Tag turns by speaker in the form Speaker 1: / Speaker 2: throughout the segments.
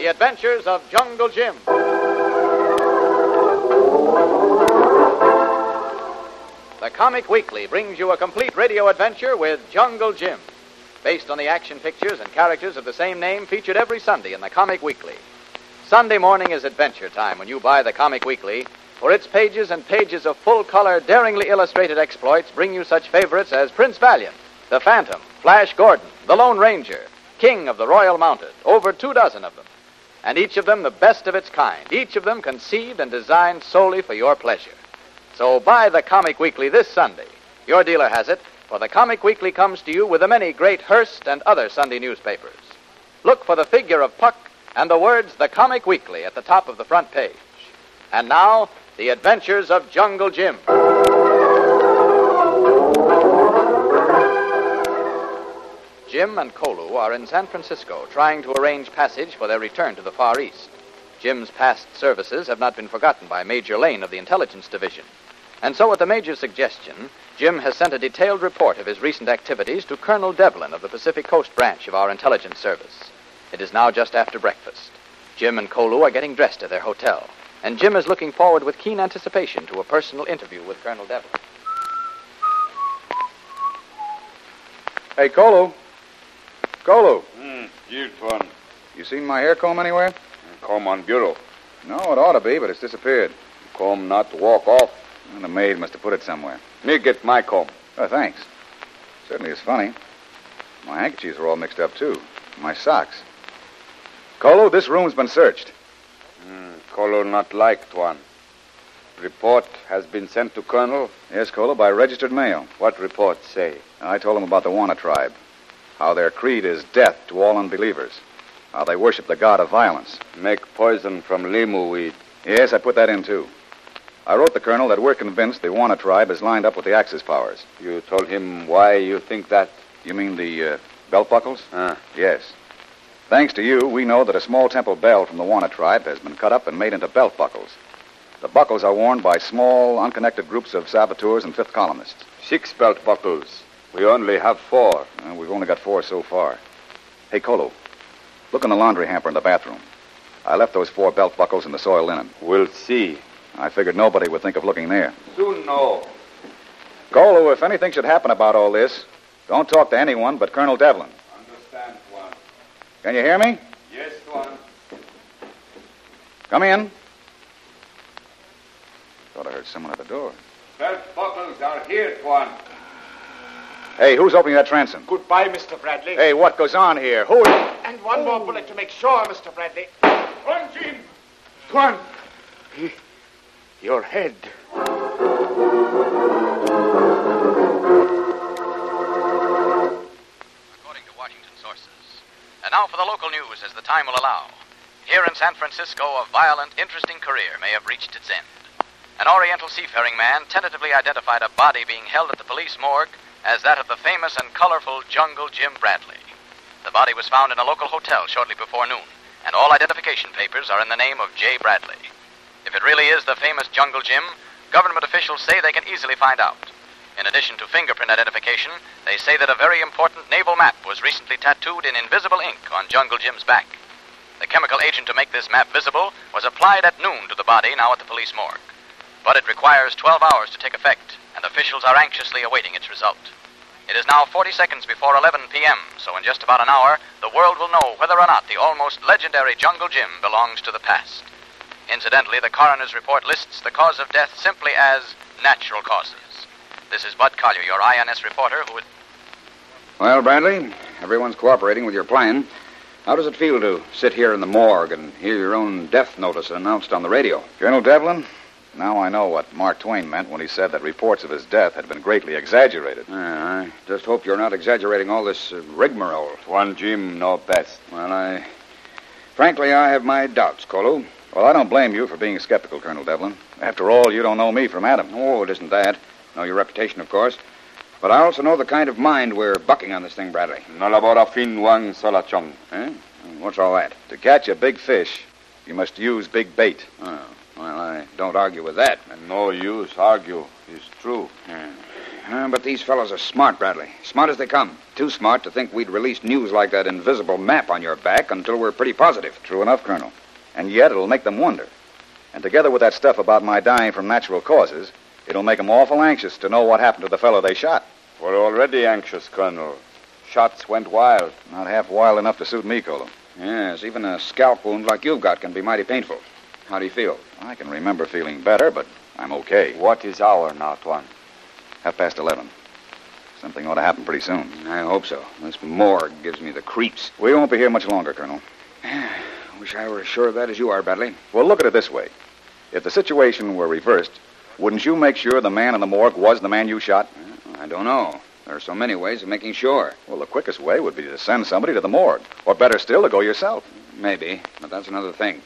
Speaker 1: The Adventures of Jungle Jim. The Comic Weekly brings you a complete radio adventure with Jungle Jim, based on the action pictures and characters of the same name featured every Sunday in the Comic Weekly. Sunday morning is adventure time when you buy the Comic Weekly, for its pages and pages of full color, daringly illustrated exploits bring you such favorites as Prince Valiant, The Phantom, Flash Gordon, The Lone Ranger, King of the Royal Mounted, over two dozen of them. And each of them the best of its kind, each of them conceived and designed solely for your pleasure. So buy the Comic Weekly this Sunday. Your dealer has it, for the Comic Weekly comes to you with the many great Hearst and other Sunday newspapers. Look for the figure of Puck and the words The Comic Weekly at the top of the front page. And now, The Adventures of Jungle Jim. Jim and Kolu are in San Francisco trying to arrange passage for their return to the Far East. Jim's past services have not been forgotten by Major Lane of the Intelligence Division. And so, at the Major's suggestion, Jim has sent a detailed report of his recent activities to Colonel Devlin of the Pacific Coast Branch of our Intelligence Service. It is now just after breakfast. Jim and Kolu are getting dressed at their hotel, and Jim is looking forward with keen anticipation to a personal interview with Colonel Devlin.
Speaker 2: Hey, Colo. Colo,
Speaker 3: You Hmm, one.
Speaker 2: you seen my hair comb anywhere?
Speaker 3: Comb on bureau.
Speaker 2: No, it ought to be, but it's disappeared.
Speaker 3: Comb not walk off.
Speaker 2: Well, the maid must have put it somewhere.
Speaker 3: Me get my comb.
Speaker 2: Oh, thanks. Certainly is funny. My handkerchiefs are all mixed up, too. My socks. Colo, this room's been searched.
Speaker 3: Color Hmm, not liked one. Report has been sent to colonel.
Speaker 2: Yes, Colo, by registered mail.
Speaker 3: What report say?
Speaker 2: I told him about the Wana tribe, how their creed is death to all unbelievers, how they worship the god of violence.
Speaker 3: Make poison from limu weed.
Speaker 2: Yes, I put that in, too. I wrote the colonel that we're convinced the Wana tribe is lined up with the Axis powers.
Speaker 3: You told him why you think that.
Speaker 2: You mean the uh, belt buckles?
Speaker 3: Huh?
Speaker 2: Yes. Thanks to you, we know that a small temple bell from the Wana tribe has been cut up and made into belt buckles. The buckles are worn by small, unconnected groups of saboteurs and fifth columnists.
Speaker 3: Six belt buckles. We only have four.
Speaker 2: Uh, we've only got four so far. Hey, Kolo, look in the laundry hamper in the bathroom. I left those four belt buckles in the soil linen.
Speaker 3: We'll see.
Speaker 2: I figured nobody would think of looking there.
Speaker 3: Soon know.
Speaker 2: Kolo, if anything should happen about all this, don't talk to anyone but Colonel Devlin.
Speaker 3: Understand one.
Speaker 2: Can you hear me?
Speaker 3: Yes, one.
Speaker 2: Come in. Thought I heard someone at the door.
Speaker 3: Belt buckles are here, one.
Speaker 2: Hey, who's opening that transom?
Speaker 4: Goodbye, Mr. Bradley.
Speaker 2: Hey, what goes on here? Who?
Speaker 4: And one more bullet to make sure, Mr. Bradley. One, Jim. One. Your head.
Speaker 1: according to Washington sources. And now for the local news as the time will allow. Here in San Francisco, a violent, interesting career may have reached its end. An Oriental seafaring man tentatively identified a body being held at the police morgue as that of the famous and colorful Jungle Jim Bradley. The body was found in a local hotel shortly before noon, and all identification papers are in the name of J. Bradley. If it really is the famous Jungle Jim, government officials say they can easily find out. In addition to fingerprint identification, they say that a very important naval map was recently tattooed in invisible ink on Jungle Jim's back. The chemical agent to make this map visible was applied at noon to the body now at the police morgue. But it requires 12 hours to take effect, and officials are anxiously awaiting its result. It is now 40 seconds before 11 p.m., so in just about an hour, the world will know whether or not the almost legendary Jungle Jim belongs to the past. Incidentally, the coroner's report lists the cause of death simply as natural causes. This is Bud Collier, your INS reporter, who is.
Speaker 2: Well, Bradley, everyone's cooperating with your plan. How does it feel to sit here in the morgue and hear your own death notice announced on the radio?
Speaker 3: Colonel Devlin, now I know what Mark Twain meant when he said that reports of his death had been greatly exaggerated.
Speaker 2: Uh, I just hope you're not exaggerating all this uh, rigmarole.
Speaker 3: One Jim know best.
Speaker 2: Well, I. Frankly, I have my doubts, Colo.
Speaker 3: Well, I don't blame you for being skeptical, Colonel Devlin. After all, you don't know me from Adam.
Speaker 2: Oh, it isn't that. Know your reputation, of course. But I also know the kind of mind we're bucking on this thing, Bradley.
Speaker 3: No labora fin wang solachong.
Speaker 2: Eh? What's all that?
Speaker 3: To catch a big fish, you must use big bait.
Speaker 2: Oh, well, I don't argue with that.
Speaker 3: And no use argue. It's true.
Speaker 2: Yeah. Uh, but these fellows are smart, Bradley. Smart as they come. Too smart to think we'd release news like that invisible map on your back until we're pretty positive.
Speaker 3: True enough, Colonel. And yet it'll make them wonder. And together with that stuff about my dying from natural causes, It'll make 'em awful anxious to know what happened to the fellow they shot.
Speaker 2: We're already anxious, Colonel. Shots went wild.
Speaker 3: Not half wild enough to suit me, Colum.
Speaker 2: Yes, even a scalp wound like you've got can be mighty painful. How do you feel?
Speaker 3: I can remember feeling better, but I'm okay.
Speaker 2: What is our now, Tuan?
Speaker 3: Half past eleven. Something ought to happen pretty soon.
Speaker 2: I hope so. This morgue gives me the creeps.
Speaker 3: We won't be here much longer, Colonel.
Speaker 2: Wish I were as sure of that as you are, Bradley.
Speaker 3: Well, look at it this way. If the situation were reversed, wouldn't you make sure the man in the morgue was the man you shot?
Speaker 2: I don't know. There are so many ways of making sure.
Speaker 3: Well, the quickest way would be to send somebody to the morgue. Or better still, to go yourself.
Speaker 2: Maybe, but that's another thing.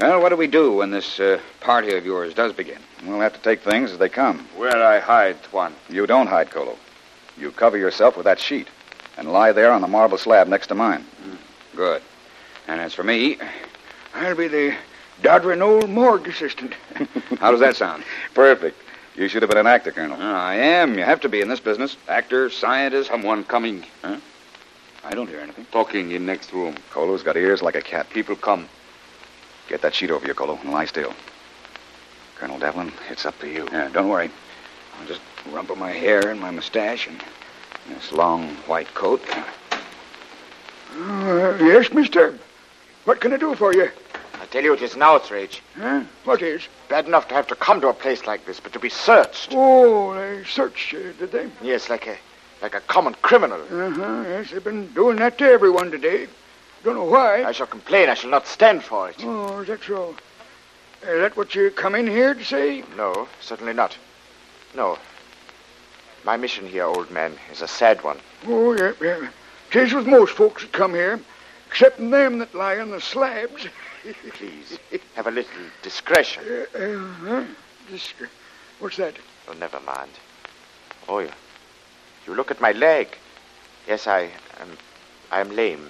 Speaker 2: Well, what do we do when this uh, party of yours does begin?
Speaker 3: We'll have to take things as they come.
Speaker 2: Where I hide, Tuan?
Speaker 3: You don't hide, Colo. You cover yourself with that sheet and lie there on the marble slab next to mine.
Speaker 2: Hmm. Good. And as for me, I'll be the doddering old morgue assistant. How does that sound?
Speaker 3: Perfect. You should have been an actor, Colonel.
Speaker 2: Uh, I am. You have to be in this business. Actor, scientist. Someone coming. Huh? I don't hear anything.
Speaker 3: Talking in next room. Colo's got ears like a cat.
Speaker 2: People come.
Speaker 3: Get that sheet over you, Colo, and lie still. Colonel Devlin, it's up to you.
Speaker 2: Yeah, don't worry. I'll just rumple my hair and my mustache and this long white coat. Uh, yes, mister. What can I do for you?
Speaker 4: I tell you, it is an outrage.
Speaker 2: Huh? What is?
Speaker 4: Bad enough to have to come to a place like this, but to be searched.
Speaker 2: Oh, they searched you, did they?
Speaker 4: Yes, like a like a common criminal.
Speaker 2: Uh-huh. Yes, they've been doing that to everyone today. Don't know why.
Speaker 4: I shall complain. I shall not stand for it.
Speaker 2: Oh, is that so? Is that what you come in here to say?
Speaker 4: No, certainly not. No. My mission here, old man, is a sad one.
Speaker 2: Oh, yeah, yeah. Tis with most folks that come here, excepting them that lie on the slabs.
Speaker 4: Please, have a little discretion.
Speaker 2: Uh, uh-huh. Discre- What's that?
Speaker 4: Oh, never mind. Oh, you, you look at my leg. Yes, I am. I am lame.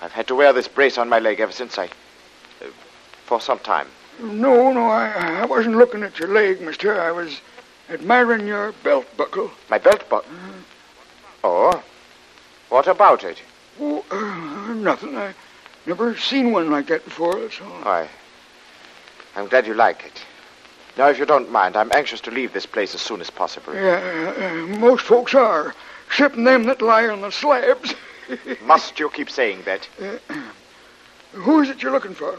Speaker 4: I've had to wear this brace on my leg ever since I. Uh, for some time.
Speaker 2: No, no, I, I wasn't looking at your leg, mister. I was admiring your belt buckle.
Speaker 4: My belt buckle? Mm. Oh? What about it?
Speaker 2: Oh, uh, nothing. I, Never seen one like that before, that's all.
Speaker 4: I. I'm glad you like it. Now, if you don't mind, I'm anxious to leave this place as soon as possible.
Speaker 2: Yeah, uh, most folks are, excepting them that lie on the slabs.
Speaker 4: Must you keep saying that? Uh,
Speaker 2: who is it you're looking for?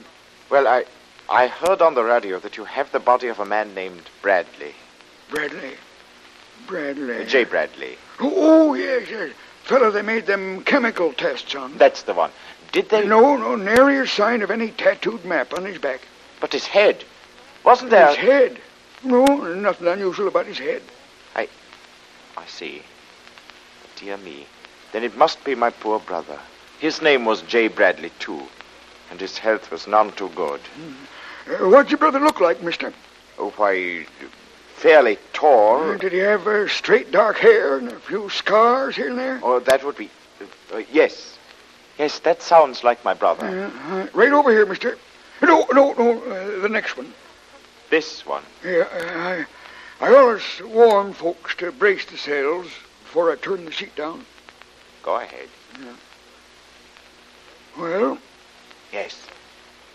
Speaker 4: Well, I. I heard on the radio that you have the body of a man named Bradley. uh,
Speaker 2: Bradley? Bradley?
Speaker 4: J. Bradley.
Speaker 2: Oh, oh yes, yes. Fellow they made them chemical tests on.
Speaker 4: That's the one. Did they?
Speaker 2: No, no, nary a sign of any tattooed map on his back.
Speaker 4: But his head. Wasn't there?
Speaker 2: His head. No, nothing unusual about his head.
Speaker 4: I. I see. Dear me. Then it must be my poor brother. His name was J. Bradley, too. And his health was none too good.
Speaker 2: Uh, what'd your brother look like, mister?
Speaker 4: Oh, why, fairly tall.
Speaker 2: Uh, did he have uh, straight dark hair and a few scars here and there?
Speaker 4: Oh, that would be. uh, yes, Yes, that sounds like my brother.
Speaker 2: Uh, uh, right over here, mister. No, no, no, uh, the next one.
Speaker 4: This one?
Speaker 2: Yeah, I, I always warn folks to brace themselves before I turn the sheet down.
Speaker 4: Go ahead.
Speaker 2: Yeah. Well?
Speaker 4: Yes.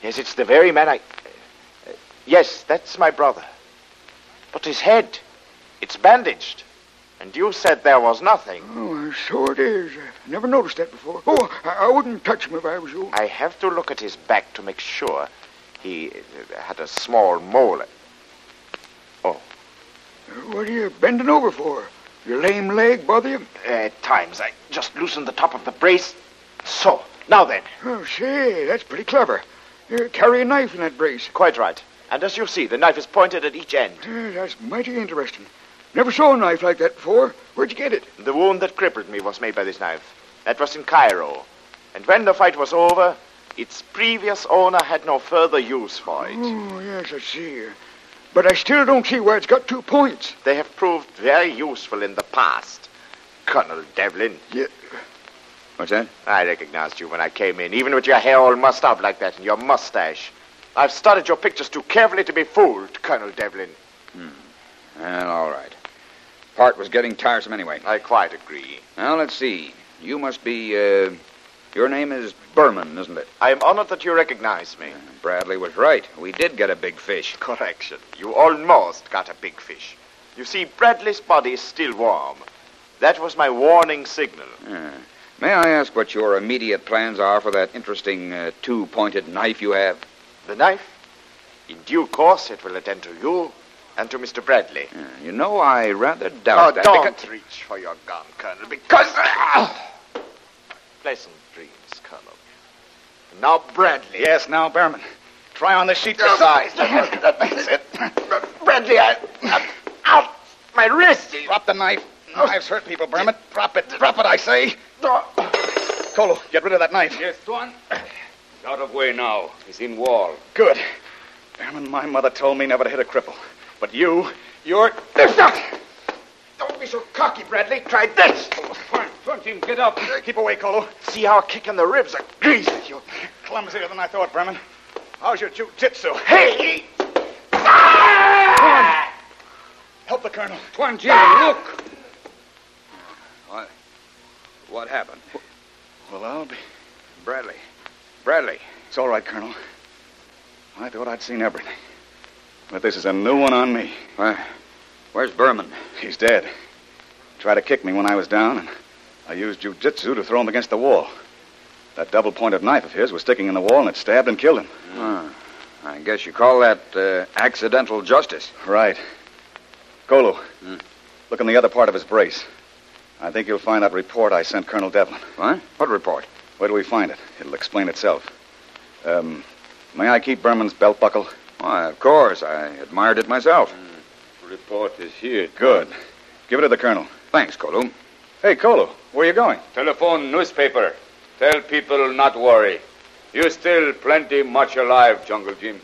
Speaker 4: Yes, it's the very man I. uh, yes, that's my brother. But his head, it's bandaged. And you said there was nothing.
Speaker 5: Oh, so it is. I never noticed that before. Oh, I, I wouldn't touch him if I was you.
Speaker 4: I have to look at his back to make sure. He uh, had a small mole. Oh,
Speaker 5: What are you bending over for? Your lame leg bother you?
Speaker 4: at times I just loosened the top of the brace. So, now then.
Speaker 5: Oh, say, that's pretty clever. You carry a knife in that brace.
Speaker 4: Quite right. And as you see, the knife is pointed at each end.
Speaker 5: Yeah, Uh, that's mighty interesting. Never saw a knife like that before. Where'd you get it?
Speaker 4: The wound that crippled me was made by this knife. That was in Cairo. And when the fight was over, its previous owner had no further use for it.
Speaker 5: Oh, yes, I see. But I still don't see why it's got two points.
Speaker 4: They have proved very useful in the past. Colonel Devlin,
Speaker 2: What's that?
Speaker 4: I recognized you when I came in, even with your hair all mussed up like that and your mustache. I've studied your pictures too carefully to be fooled, Colonel Devlin.
Speaker 2: Well, all right. Part was getting tiresome anyway.
Speaker 4: I quite agree.
Speaker 2: Now, let's see. You must be, uh, your name is Berman, isn't it?
Speaker 4: I am honored that you recognize me.
Speaker 2: Bradley was right. We did get a big fish.
Speaker 4: Correction. You almost got a big fish. You see, Bradley's body is still warm. That was my warning signal.
Speaker 2: Uh, may I ask what your immediate plans are for that interesting uh, two pointed knife you have?
Speaker 4: The knife? In due course, it will attend to you and to Mr. Bradley.
Speaker 2: Uh, you know, I rather
Speaker 4: Now,
Speaker 2: doubt Oh, that.
Speaker 4: Oh, don't
Speaker 2: because-
Speaker 4: reach for your gun, Colonel, because. Ah! Pleasant dreams, Colonel. Now, Bradley.
Speaker 2: Yes, now, Berman. Try on the sheet
Speaker 4: Your eyes. Bradley, I. Out! My wrist!
Speaker 2: Drop the knife. Knives hurt people, Berman. Drop it. Drop it, I say. Colo, get rid of that knife. Yes, Swan. Out of way now. He's in wall. Good. Berman, my mother told me never to hit a cripple. But you, you're.
Speaker 4: Don't be so cocky, Bradley. Try this.
Speaker 2: Front Oh, him, get up. Keep away, Colo.
Speaker 4: See how a kick in the ribs are greasy.
Speaker 2: You're clumsier than I thought, Berman. How's your jiu-jitsu?
Speaker 4: Hey!
Speaker 2: Help the colonel.
Speaker 5: Twan, Jim, look.
Speaker 2: What? What happened? Well, I'll be. Bradley. Bradley. It's all right, Colonel. I thought I'd seen everything. But this is a new one on me. Why? Where's Berman? He's dead. Tried to kick me when I was down, and I used jujitsu to throw him against the wall. That double pointed knife of his was sticking in the wall, and it stabbed and killed him. Ah, I guess you call that uh, accidental justice. Right. Kolu, look in the other part of his brace. I think you'll find that report I sent Colonel Devlin. What? What report? Where do we find it? It'll explain itself. Um, may I keep Berman's belt buckle? Why, of course. I admired it myself. Hmm.
Speaker 6: Report is here.
Speaker 2: Good. Give it to the Colonel. Thanks, Kolu. Hey, Kolu, where are you going?
Speaker 6: Telephone newspaper. Tell people not worry. You still plenty much alive, Jungle Jim.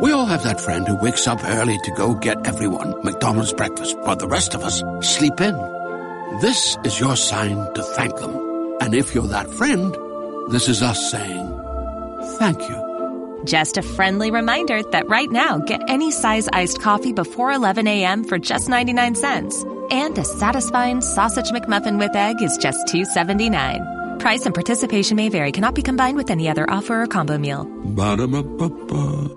Speaker 7: We all have that friend who wakes up early to go get everyone McDonald's breakfast, while the rest of us sleep in. This is your sign to thank them. And if you're that friend, this is us saying thank you.
Speaker 8: Just a friendly reminder that right now, get any size iced coffee before 11 a.m. for just 99 cents. And a satisfying sausage McMuffin with egg is just $2.79. Price and participation may vary, cannot be combined with any other offer or combo meal.
Speaker 7: Ba-da-ba-ba-ba.